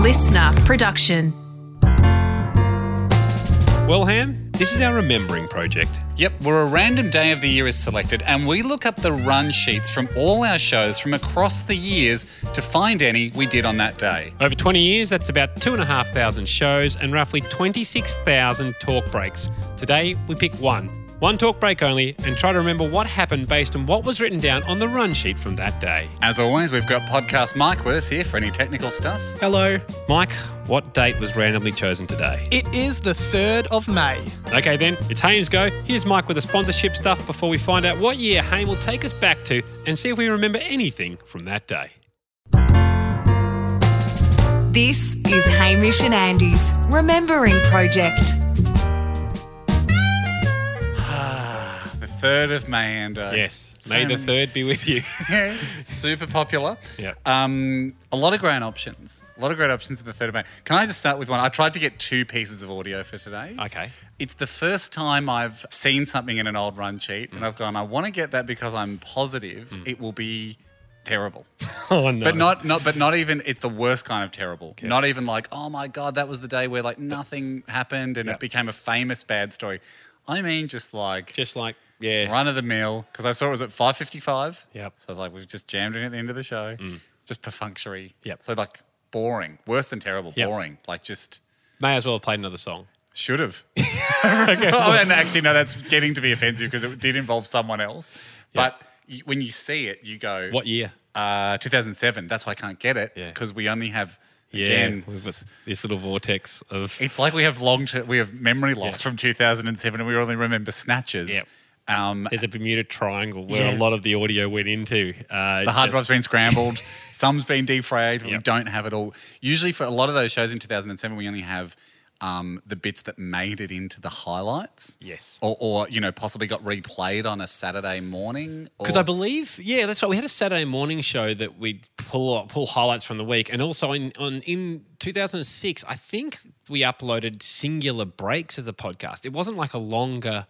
listener production. Well, Ham, this is our remembering project. Yep, where a random day of the year is selected, and we look up the run sheets from all our shows from across the years to find any we did on that day. Over 20 years, that's about 2,500 shows and roughly 26,000 talk breaks. Today, we pick one. One talk break only, and try to remember what happened based on what was written down on the run sheet from that day. As always, we've got podcast Mike with us here for any technical stuff. Hello. Mike, what date was randomly chosen today? It is the 3rd of May. Okay, then, it's Haynes Go. Here's Mike with the sponsorship stuff before we find out what year Hayne will take us back to and see if we remember anything from that day. This is Hamish and Andy's Remembering Project. The 3rd of May, and uh, Yes, so May the many- 3rd be with you. Super popular. Yeah. Um, a lot of great options. A lot of great options in the 3rd of May. Can I just start with one? I tried to get two pieces of audio for today. Okay. It's the first time I've seen something in an old run sheet, Mm. and I've gone, I want to get that because I'm positive it will be terrible. Oh, no. But not, not, but not even. It's the worst kind of terrible. Not even like, oh my god, that was the day where like nothing happened and Yeah. it became a famous bad story. I mean, just like Just like, yeah. run of the mill. Because I saw it was at five fifty five. Yep. Mm. So I was like, we've just jammed in at the end of the show. Just perfunctory. Yep. So like boring, worse than terrible, Yep. boring. Like just May as well have played another song. should have. oh, and actually, no, that's getting to be offensive because it did involve someone else. But y when you see it, you go, What year? uh, 2007. That's why I can't get it Yeah. because we only have again. we've got s- this little vortex of It's like we have long term. We have memory loss from 2007, and we only remember snatches. Yep. Um, there's a Bermuda Triangle where a Yeah. lot of the audio went into. Uh, the hard just- drive's been scrambled. some's been defrayed. but We Yep. don't have it all. Usually, for a lot of those shows in 2007, we only have. Um, the bits that made it into the highlights, Yes. or, or you know, possibly got replayed on a Saturday morning. Because or- I believe, yeah, that's right. We had a Saturday morning show that we'd pull pull highlights from the week, and also in on in 2006, I think we uploaded singular breaks as a podcast. It wasn't like a longer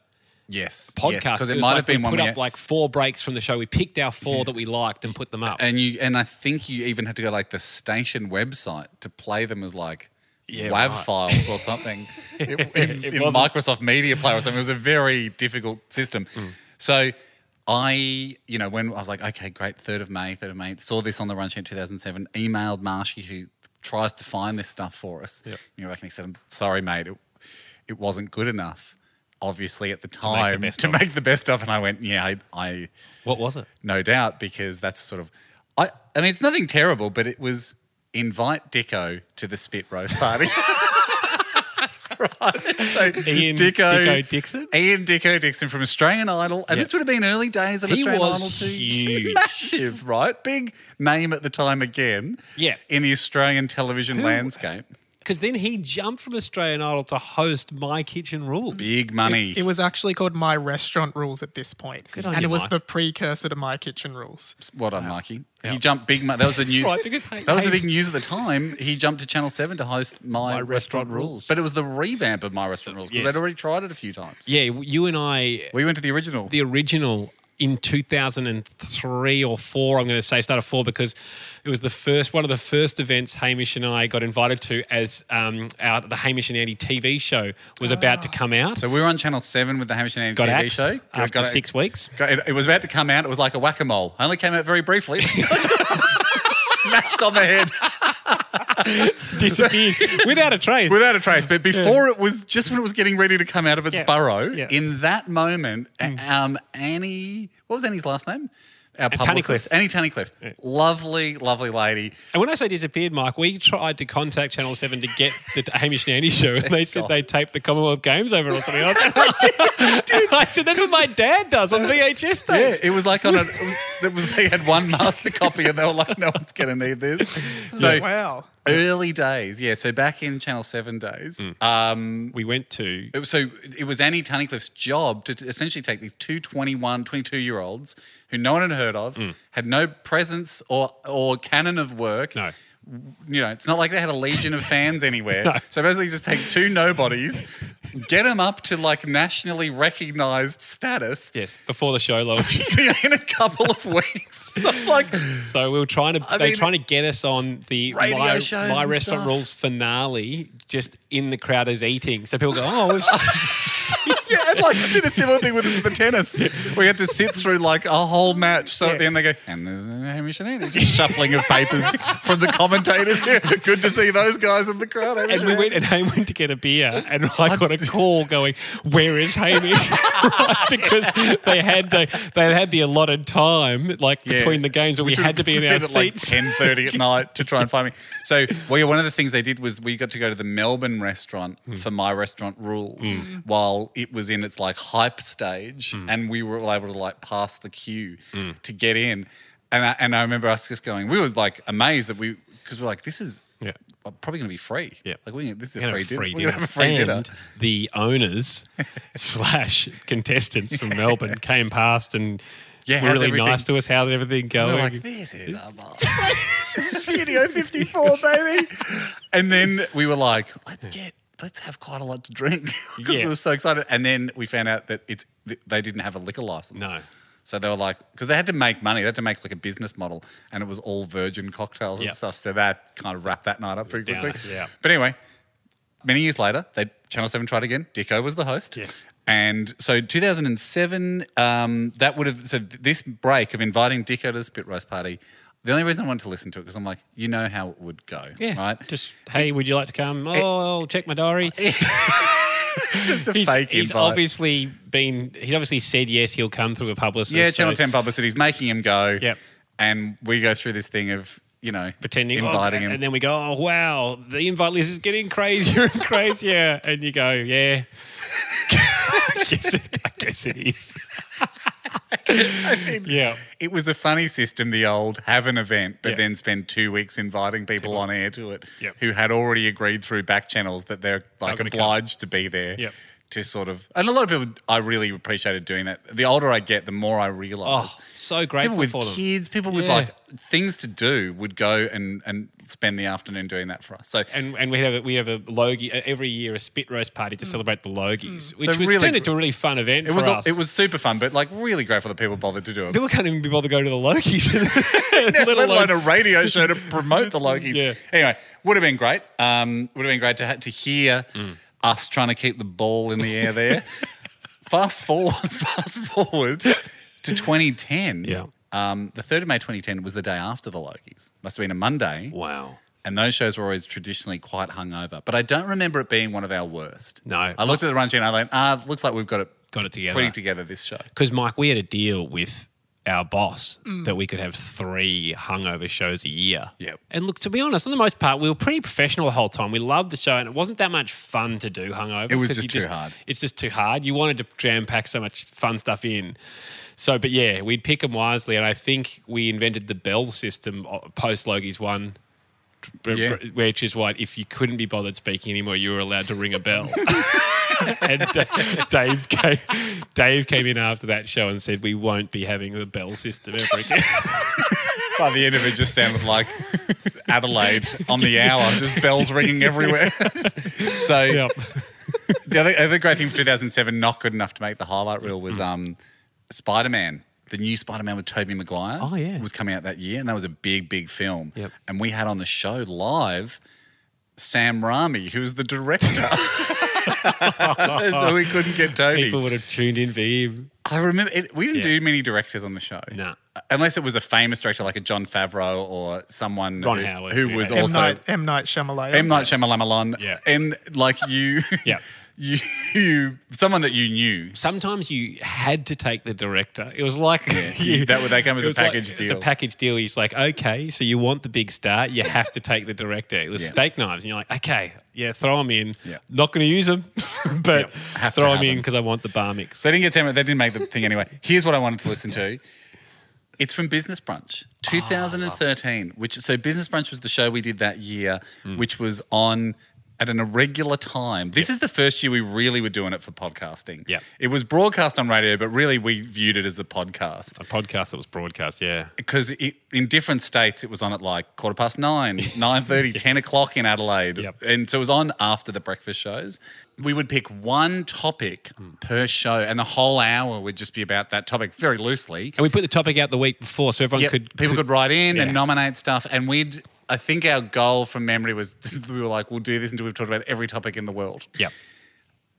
yes, podcast because it, was might like have been we one put we up like four breaks from the show. We picked our four that we liked and put them up. And you and I think you even had to go like the station website to play them as like Yeah, WAV right. files or something in, in- It in wasn't- Microsoft Media Player or something. It was a very difficult system. Mm. So I, you know, when I was like, okay, great, third of May, third of May, saw this on the run sheet 2007, emailed Marshy who tries to find this stuff for us. Yep. You know, I can said, I'm sorry, mate, it, it wasn't good enough. Obviously, at the make the time best to of. make the best of, and I went, yeah, I, I what was it? no doubt, because that's sort of. I, I mean, it's nothing terrible, but it was invite Dicko to the spit roast party. right? So Ian Dicko Dixon? Ian Dicko Dixon from Australian Idol, and Yeah. this would have been early days of He Australian was Idol too. huge. Massive, right? Big name at the time again. Yeah. in the Australian television landscape, Because then he jumped from Australian Idol to host My Kitchen Rules. big money. It was actually called My Restaurant Rules at this point. Good on and you, it was Mike. the precursor to My Kitchen Rules. Well done, Mikey. He jumped big. Mo- that was the That's new. right, because hey- that was the hey- big news at the time. He jumped to Channel Seven to host My, Restaurant, Rules. but it was the revamp of My Restaurant Rules because Yes. they'd already tried it a few times. Yeah, you and I we went to the original. the original in 2003 or 4 i'm going to say started 4 because it was the first one of the first events hamish and i got invited to as um, our, the hamish and andy tv show was about to come out so we were on Channel Seven with the Hamish and Andy got TV axed show. Got- after got- six weeks got- it, it was about to come out. It was like a whack a mole. Only came out very briefly. Smashed on the head disappeared without a trace without a trace. But before it was just when it was getting ready to come out of its Yeah. burrow. Yeah. In that moment, a- um, Annie, what was Annie's last name? Our publicist, Annie Tunnicliffe. Lovely, lovely lady. and when i say disappeared mike we tried to contact channel 7 to get the hamish and andy show and they said Stop. they taped the commonwealth games over or something like that And i said that's what my dad does on vhs tapes Yeah, it was like on a. It was, it was they had one master copy, and they were like, "No one's going to need this." So Wow. early days, yeah. So back in Channel Seven days, um, we went to it was- so it was Annie Tunnicliffe's job to t- essentially take these two 21, 22 year olds who no one had heard of, had no presence or or canon of work, No. you know, it's not like they had a legion of fans anywhere. So basically, just take two nobodies, get them up to like nationally recognized status. Yes, before the show launch. See you in a couple of weeks. So I was like, So we were trying to I they're mean- trying to get us on the Radio my, shows my and restaurant stuff. rules finale, just in the crowd as eating. So people go, oh, we've yeah, and like I did a similar thing with us in the tennis. We had to sit through like a whole match. So at the end they go, and there's Hamish and Andy, just shuffling of papers from the commentators. Yeah, good to see those guys in the crowd. Hamish and we went and Ham went to get a beer, and I got a call going, "Where is Hamish?" Right, because they had the they had the allotted time, like Yeah. between the games, that we Which had would to be in fit our at seats. like ten thirty at night to try and find me. So, well, yeah, one of the things they did was we got to go to the Melbourne restaurant Hmm. for my restaurant rules while it was in its like hype stage, Hmm. and we were all able to like pass the queue to get in. And I, and I remember us just going, we were like amazed that we because we're like, this is Yeah. probably going to be free. Yeah. like we this is We're gonna a free, have a dinner. free We're going to have a free dinner. dinner. And the owners slash contestants from Melbourne came past and Yeah, were how's really everything- nice to us. How's everything We're going? like, this is a bar. this is Studio 54, baby. And then we were like, let's get, let's have quite a lot to drink. 'Cause Yeah. we were so excited. And then we found out that it's th- they didn't have a liquor license. No. So they were like, because they had to make money, they had to make like a business model, and it was all virgin cocktails Yeah. and stuff. So that kind of wrapped that night up pretty Down quickly. it, yeah. But anyway, many years later, they Channel Seven tried again. Dicko was the host. Yes. And so 2007, um, that would have so th- this break of inviting Dicko to the spit roast party. The only reason I wanted to listen to it because I'm like, you know how it would go, yeah, right? Eh, just hey, would you like to come? Oh, I'll check my diary. just a he's, fake he's invite. obviously been he's obviously said yes he'll come through a publicist yeah, so Channel 10 publicity's making him go. Yep. And we go through this thing of you know pretending oh, inviting him, and then we go oh wow the invite list is getting crazier and crazier and you go yeah I, guess it, I guess it is yeah It was a funny system, the old have an event, but Yeah. then spend two weeks inviting people on air to it Yep. who had already agreed through back channels that they're like gonna come. obliged to be there Yep. to sort of. And a lot of people, I really appreciated doing that. The older I get, the more I oh realize. so People grateful with for them kids, people with Yeah. like things to do would go and, and spend the afternoon doing that for us. So and, and we have a, we have a logie e, every year a spit roast party to celebrate the logies, which was Mm. really turned gr- into a really fun event it for was us. it was super fun, but like really grateful that people bothered to do it. people can't even be bothered to go to the logies, let let alone alone a radio show to promote the Logies. Yeah. Anyway, would have been great. Um, would have been great to ha- to hear Mm. us trying to keep the ball in the air there. fast forward, fast forward to 2010. Yeah. Um, the 3rd of May 2010 was the day after the Logies. Must have been a Monday. wow. And those shows were always traditionally quite hungover. But I don't remember it being one of our worst. No. I looked at the run sheet and I went, ah, looks like we've got it Got it together. pretty together this show. because Mike, we had a deal with our boss that we could have three hungover shows a year. Mm. Yep. And look, to be honest, on the most part, we were pretty professional the whole time. We loved the show, and it wasn't that much fun to do hungover. It was 'cause just you too hard. It's just too hard. You wanted to jam pack so much fun stuff in. So, but yeah, we'd pick them wisely, and I think we invented the bell system uh, post Logie's one. Yeah. Which is why, if you couldn't be bothered speaking anymore, you were allowed to ring a bell. and Da- Dave came, Dave came in after that show and said, "We won't be having the bell system ever again." By the end of it, just sounded like Adelaide on the hour, just bells ringing everywhere. so Yep. the other, other great thing for 2007, not good enough to make the highlight reel, was Mm. um, Spider Man. The new Spider Man with Tobey Maguire Oh, yeah. was coming out that year, and that was a big, big film. Yep. And we had on the show live Sam Raimi, who was the director. so we couldn't get Toby. People would have tuned in for him. I remember it, we didn't Yeah. do many directors on the show. Nah. Unless it was a famous director like a John Favreau or someone Ron who, Howard, who yeah. was M. M also Night, M Night Shyamalan. M Night Shyamalan. Yeah. And like you, Yeah. you, you, someone that you knew. Sometimes you had to take the director. It was like you- that would- that came as it a was like- package It's a deal. package deal. He's like, okay, so you want the big star, you have to take the director. It was Yeah. steak knives, and you're like, okay, yeah, throw him in. Yeah. Not going to use him, but Yeah, have to throw him have in him. because I want the bar mix. So they didn't get Sam, they didn't make the thing anyway. Here's what I wanted to listen to. It's from Business Ah, Brunch, Mm. 2013, which so Business Brunch was the show we did that year, which was on at an irregular time. This is the first year we really were doing it for podcasting. Yep. It was broadcast on radio, but really we viewed it as a podcast. A podcast that was broadcast, yeah. Because it, in different states, it was on at like quarter past nine, 9.30, 10 o'clock in Adelaide. Yep. And so it was on after the breakfast shows. We would pick one topic Hmm. per show and the whole hour would just be about that topic very loosely. And we put the topic out the week before, so everyone Yep, could people could, write in yeah. and nominate stuff, and we'd. I think our goal from memory was we were like, we'll do this until we've talked about every topic in the world. Yep.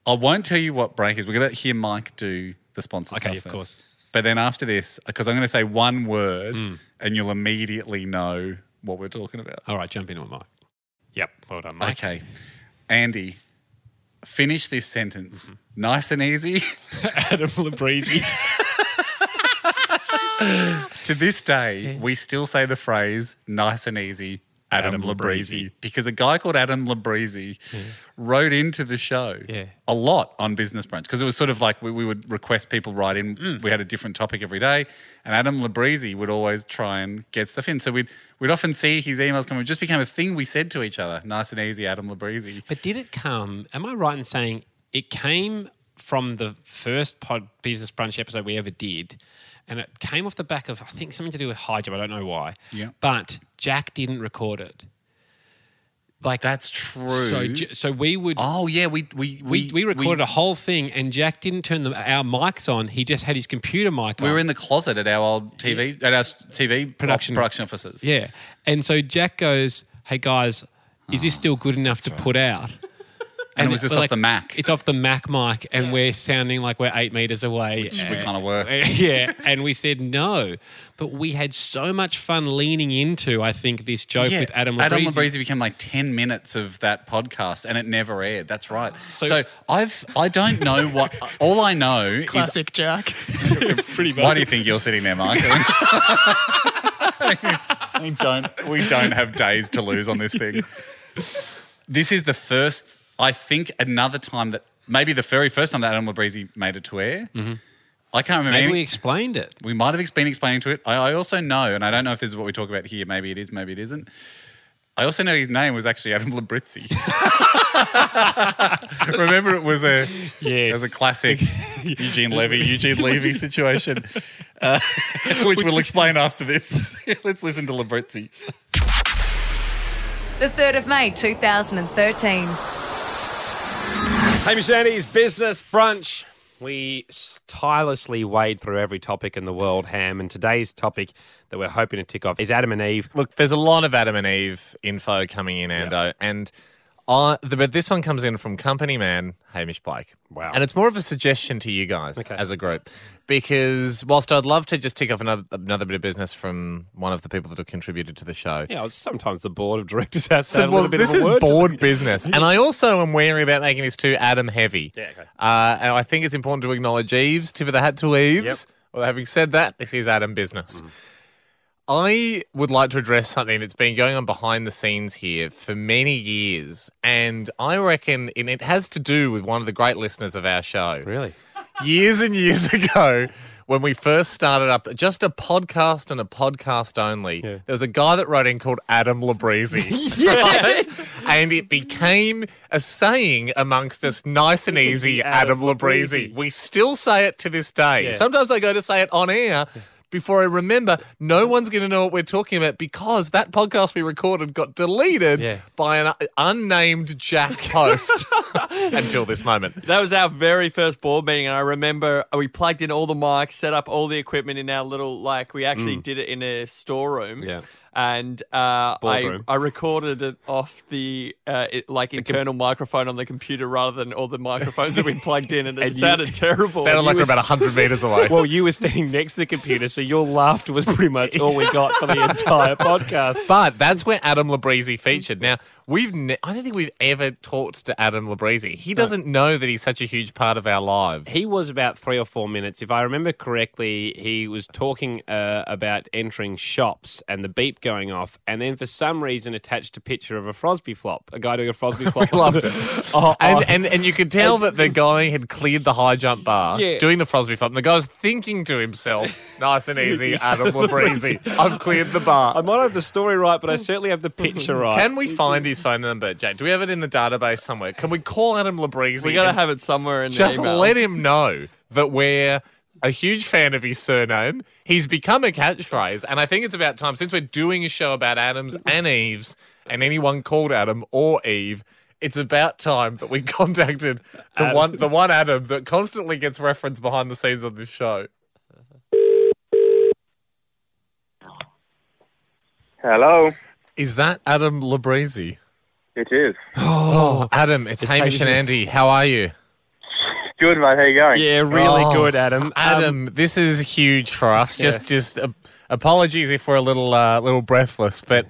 I won't tell you what break is. We're going to hear Mike do the sponsor Okay, stuff of first. course. Hmm. But then after this, because I'm going to say one word, and you'll immediately know what we're talking about. All right, jump in on Mike. Yep, well done, Mike. Okay, Andy, finish this sentence Mm-hmm. nice and easy. Adam Labrisi. to this day, we still say the phrase nice and easy, Adam, Adam Labrisi, Labrisi. because a guy called Adam Labrisi wrote into the show Yeah. a lot on Business Brunch because it was sort of like we, we would request people write in. Mm. We had a different topic every day, and Adam Labrisi would always try and get stuff in. So we'd, we'd often see his emails come. It just became a thing we said to each other nice and easy, Adam Labrisi. but did it come? Am I right in saying it came from the first pod business brunch episode we ever did? And it came off the back of I think something to do with high jump. I don't know why. Yeah. But Jack didn't record it. Like That's true. So, J- so we would oh, yeah, we, we, we, we recorded a whole thing, and Jack didn't turn the, our mics on. He just had his computer mic on. We were in the closet at our old TV at our s- TV Production. production production offices. Yeah. And so Jack goes, Hey guys, is Ah, this still good enough to put out? And, it was just we're off the Mac. It's off the Mac mic, and we're sounding like we're eight meters away. Which we kinda were. yeah. And we said no. But we had so much fun leaning into, I think, this joke with Adam Labrisi. Adam Labrisi became like ten minutes of that podcast, and it never aired. That's right. So, I've I don't know what all I know is. Classic Jack. Pretty Why do you think you're sitting there, Mike? we don't we don't have days to lose on this thing. This is the first, I think, another time that maybe the very first time that Adam Labrisi made it to air. I can't remember. Mm-hmm. Maybe any- we explained it. we might have ex- been explaining to it. I, I also know, and I don't know if this is what we talk about here. Maybe it is, maybe it isn't. I also know his name was actually Adam Labrizzi. Remember, it was a it was a classic Eugene Levy, Eugene Levy situation, uh, which, we'll explain after this. Let's listen to Labrizzi. The 3rd of May 2013. Hamish and Andy's Business Brunch. We s- tirelessly wade through every topic in the world, Ham, and today's topic that we're hoping to tick off is Adam and Eve. Look, there's a lot of Adam and Eve info coming in, Ando, and I, the, but this one comes in from company man Hamish Pike. Wow. And it's more of a suggestion to you guys as a group, because whilst I'd love to just tick off another another bit of business from one of the people that have contributed to the show. Yeah, sometimes the board of directors has to So, have a well, little bit this of a is word to them. board business, and I also am wary about making this too Adam heavy. Yeah, okay. uh, and I think it's important to acknowledge Eve's tip of the hat to Eve's. Well, having said that, this is Adam business. Mm. I would like to address something that's been going on behind the scenes here for many years, and I reckon and it has to do with one of the great listeners of our show Really? years and years ago when we first started up just a podcast and a podcast only there was a guy that wrote in called adam labrisi right? and it became a saying amongst us nice and easy adam, Adam labrisi we still say it to this day Yeah. sometimes i go to say it on air before I remember, no one's going to know what we're talking about because that podcast we recorded got deleted Yeah. by an uh, unnamed Jack host until this moment. That was our very first board meeting, and I remember we plugged in all the mics, set up all the equipment in our little like we actually did it in a storeroom. Yeah. And uh, I Boardroom. I recorded it off the uh, it, like internal microphone on the computer rather than all the microphones that we plugged in, and it you- sounded terrible. Sounded like we're about 100 metres away. Well, you were standing next to the computer, so your laughter was pretty much all we got for the entire podcast. But that's where Adam Labrisi featured. Now we've ne- I don't think we've ever talked to Adam Labrisi. He doesn't know that he's such a huge part of our lives. He was about three or four minutes. If I remember correctly, he was talking uh, about entering shops, and the beep going off, and then for some reason attached a picture of a Frosby flop, a guy doing a Frosby flop. Oh, Loved it. Oh, and, and and you could tell that the guy had cleared the high jump bar, Yeah. doing the Frosby flop. And the guy was thinking to himself, nice and easy, Adam Labreezy, I've cleared the bar. I might have the story right, but I certainly have the picture right. Can we find his phone number, Jack? Do we have it in the database somewhere? Can we call Adam Labreezy? We gotta and have it somewhere in just the emails. let him know that we're a huge fan of his surname. He's become a catchphrase, and I think it's about time since we're doing a show about Adams and Eves, and anyone called Adam or Eve. It's about time that we contacted the one, the one Adam that constantly gets referenced behind the scenes on this show. Hello. Is that Adam Labrezy? It is. Oh, Adam, it's, Hamish and Andy. How are you? Good, mate. How you going? Yeah, really Oh, good, Adam. Uh, Adam, Um, this is huge for us. Just, just uh, apologies if we're a little, uh, little breathless, but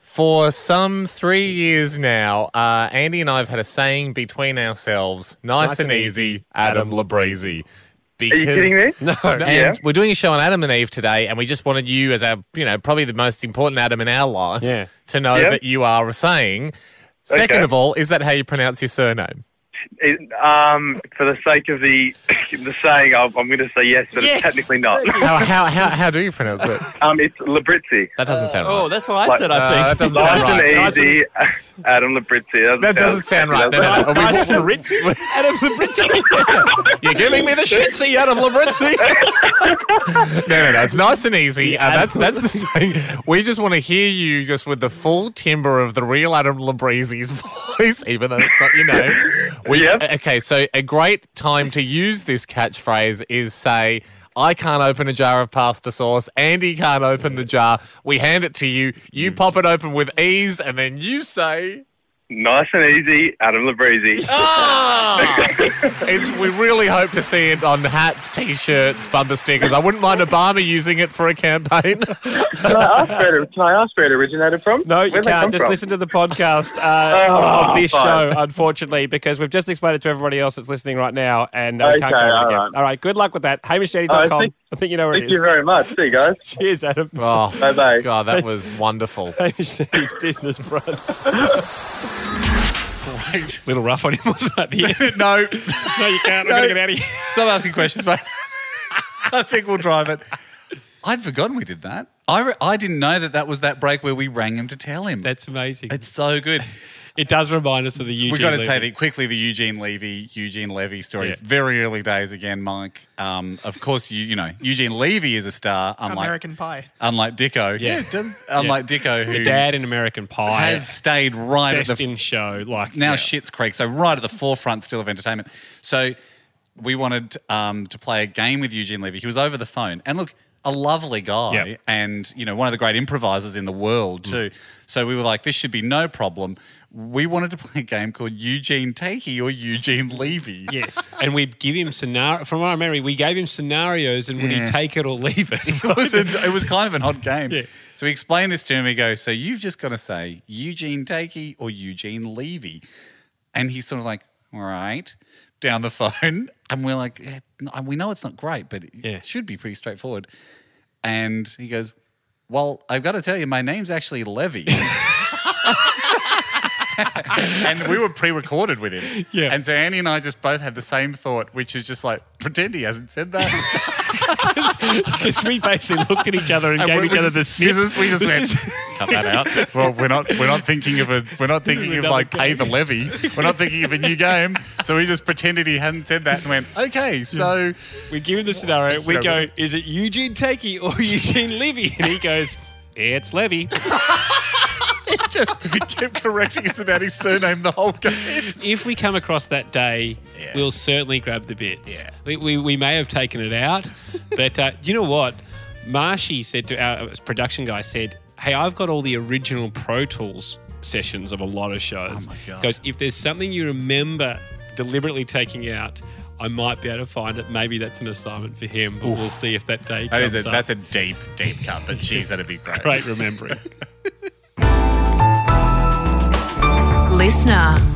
for some three years now, uh, Andy and I have had a saying between ourselves: nice, and, easy, Adam, Labrazy. Are you kidding me? No, and Yeah. we're doing a show on Adam and Eve today, and we just wanted you, as our, you know, probably the most important Adam in our life, Yeah. to know Yeah. that you are a saying. Second Okay. of all, is that how you pronounce your surname? It- um, for the sake of the the saying, I'm, I'm going to say yes, but it's technically not. How, how, how, how do you pronounce it? um, it's Labrizzi. That doesn't sound right. Oh, that's what I Like- said. Uh, I that think. doesn't sound Nice right. and Nice easy, Adam Labrizzi. That doesn't sound right. No, no, no. Are we- Nice and ritzy. Adam Labrizzi. You're giving me the shitsy Adam Labrizzi. no, no, no. It's nice and easy. Uh, that's that's the saying. We just want to hear you just with the full timbre of the real Adam Labrizzi's voice, even though it's not your name. We, uh, Yep. Okay, so a great time to use this catchphrase is say. I can't open a jar of pasta sauce. Andy can't open the jar. We hand it to you. You pop it open with ease, and then you say, Nice and easy, Adam Labrizzi. Ah! it's, we really hope to see it on hats, t-shirts, bumper stickers. I wouldn't mind Obama using it for a campaign. can, I ask where it, can I ask where it originated from? No, you Where'd that come can't. Just from? Oh, listen to the podcast uh, of, of this fine. show, unfortunately, because we've just explained it to everybody else that's listening right now, and uh, we can't go Okay, over it all again. right. All right, good luck with that. HamishDaddy.com. All right, thank- I think you know where Thank it you is. very much. See you guys. Cheers, Adam. oh, Bye-bye. God, that was wonderful. Hamish Daddy's business brunch. Great. Little rough on him, wasn't it? at the end? no, no, you can't. I'm No. going to get out of here. stop asking questions, mate. I think we'll drive it. I'd forgotten we did that. I, re- I didn't know that that was that break where we rang him to tell him. That's amazing. it's so good. it does remind us of the Eugene. We've got to Levy. say that quickly the Eugene Levy, Eugene Levy story. Yeah. Very early days again, Mike. Um, of course, you you know Eugene Levy is a star, unlike American Pie. unlike Dicko. Yeah. it does. Unlike Dicko, who the dad in American Pie has stayed right best at the in show. Like now yeah. Shit's Creek, so right at the forefront still of entertainment. So we wanted um, to play a game with Eugene Levy. He was over the phone, and look, a lovely guy, Yep. and you know one of the great improvisers in the world too. So we were like, this should be no problem. We wanted to play a game called Eugene Takey or Eugene Levy. Yes, and we'd give him scenario. From our memory, we gave him scenarios, and would Mm. he take it or leave it? it was a, it was kind of an odd game. Yeah. So we explain this to him. We go, so you've just got to say Eugene Takey or Eugene Levy, and he's sort of like, all right, down the phone, and we're like, "Eh, no, we know it's not great, but it Yeah. should be pretty straightforward. And he goes, well, I've got to tell you, my name's actually Levy. and we were pre-recorded with him. Yeah. And so Annie and I just both had the same thought, which is just like, pretend he hasn't said that. Because we basically looked at each other and, gave we- each we other the just- snip. we just- we just This went, cut that out. Well, we're not we're not thinking of a we're not thinking of Another like game. pay the levy. We're not thinking of a new game. So we just pretended he hadn't said that and went, okay, so We give him the scenario. We go, is it Eugene Takey or Eugene Levy? And he goes, it's Levy. just kept correcting us about his surname the whole game. If we come across that day, we'll certainly grab the bits. Yeah. We, we, we may have taken it out, but uh, you know what? Marshy said to our uh, production guy, said, hey, I've got all the original Pro Tools sessions of a lot of shows. Oh my God. Goes, if there's something you remember deliberately taking out, I might be able to find it. Maybe that's an assignment for him, but we'll see if that day That comes is a, up. that's a deep, deep cut, but geez, that'd be great. great remembering. Listener.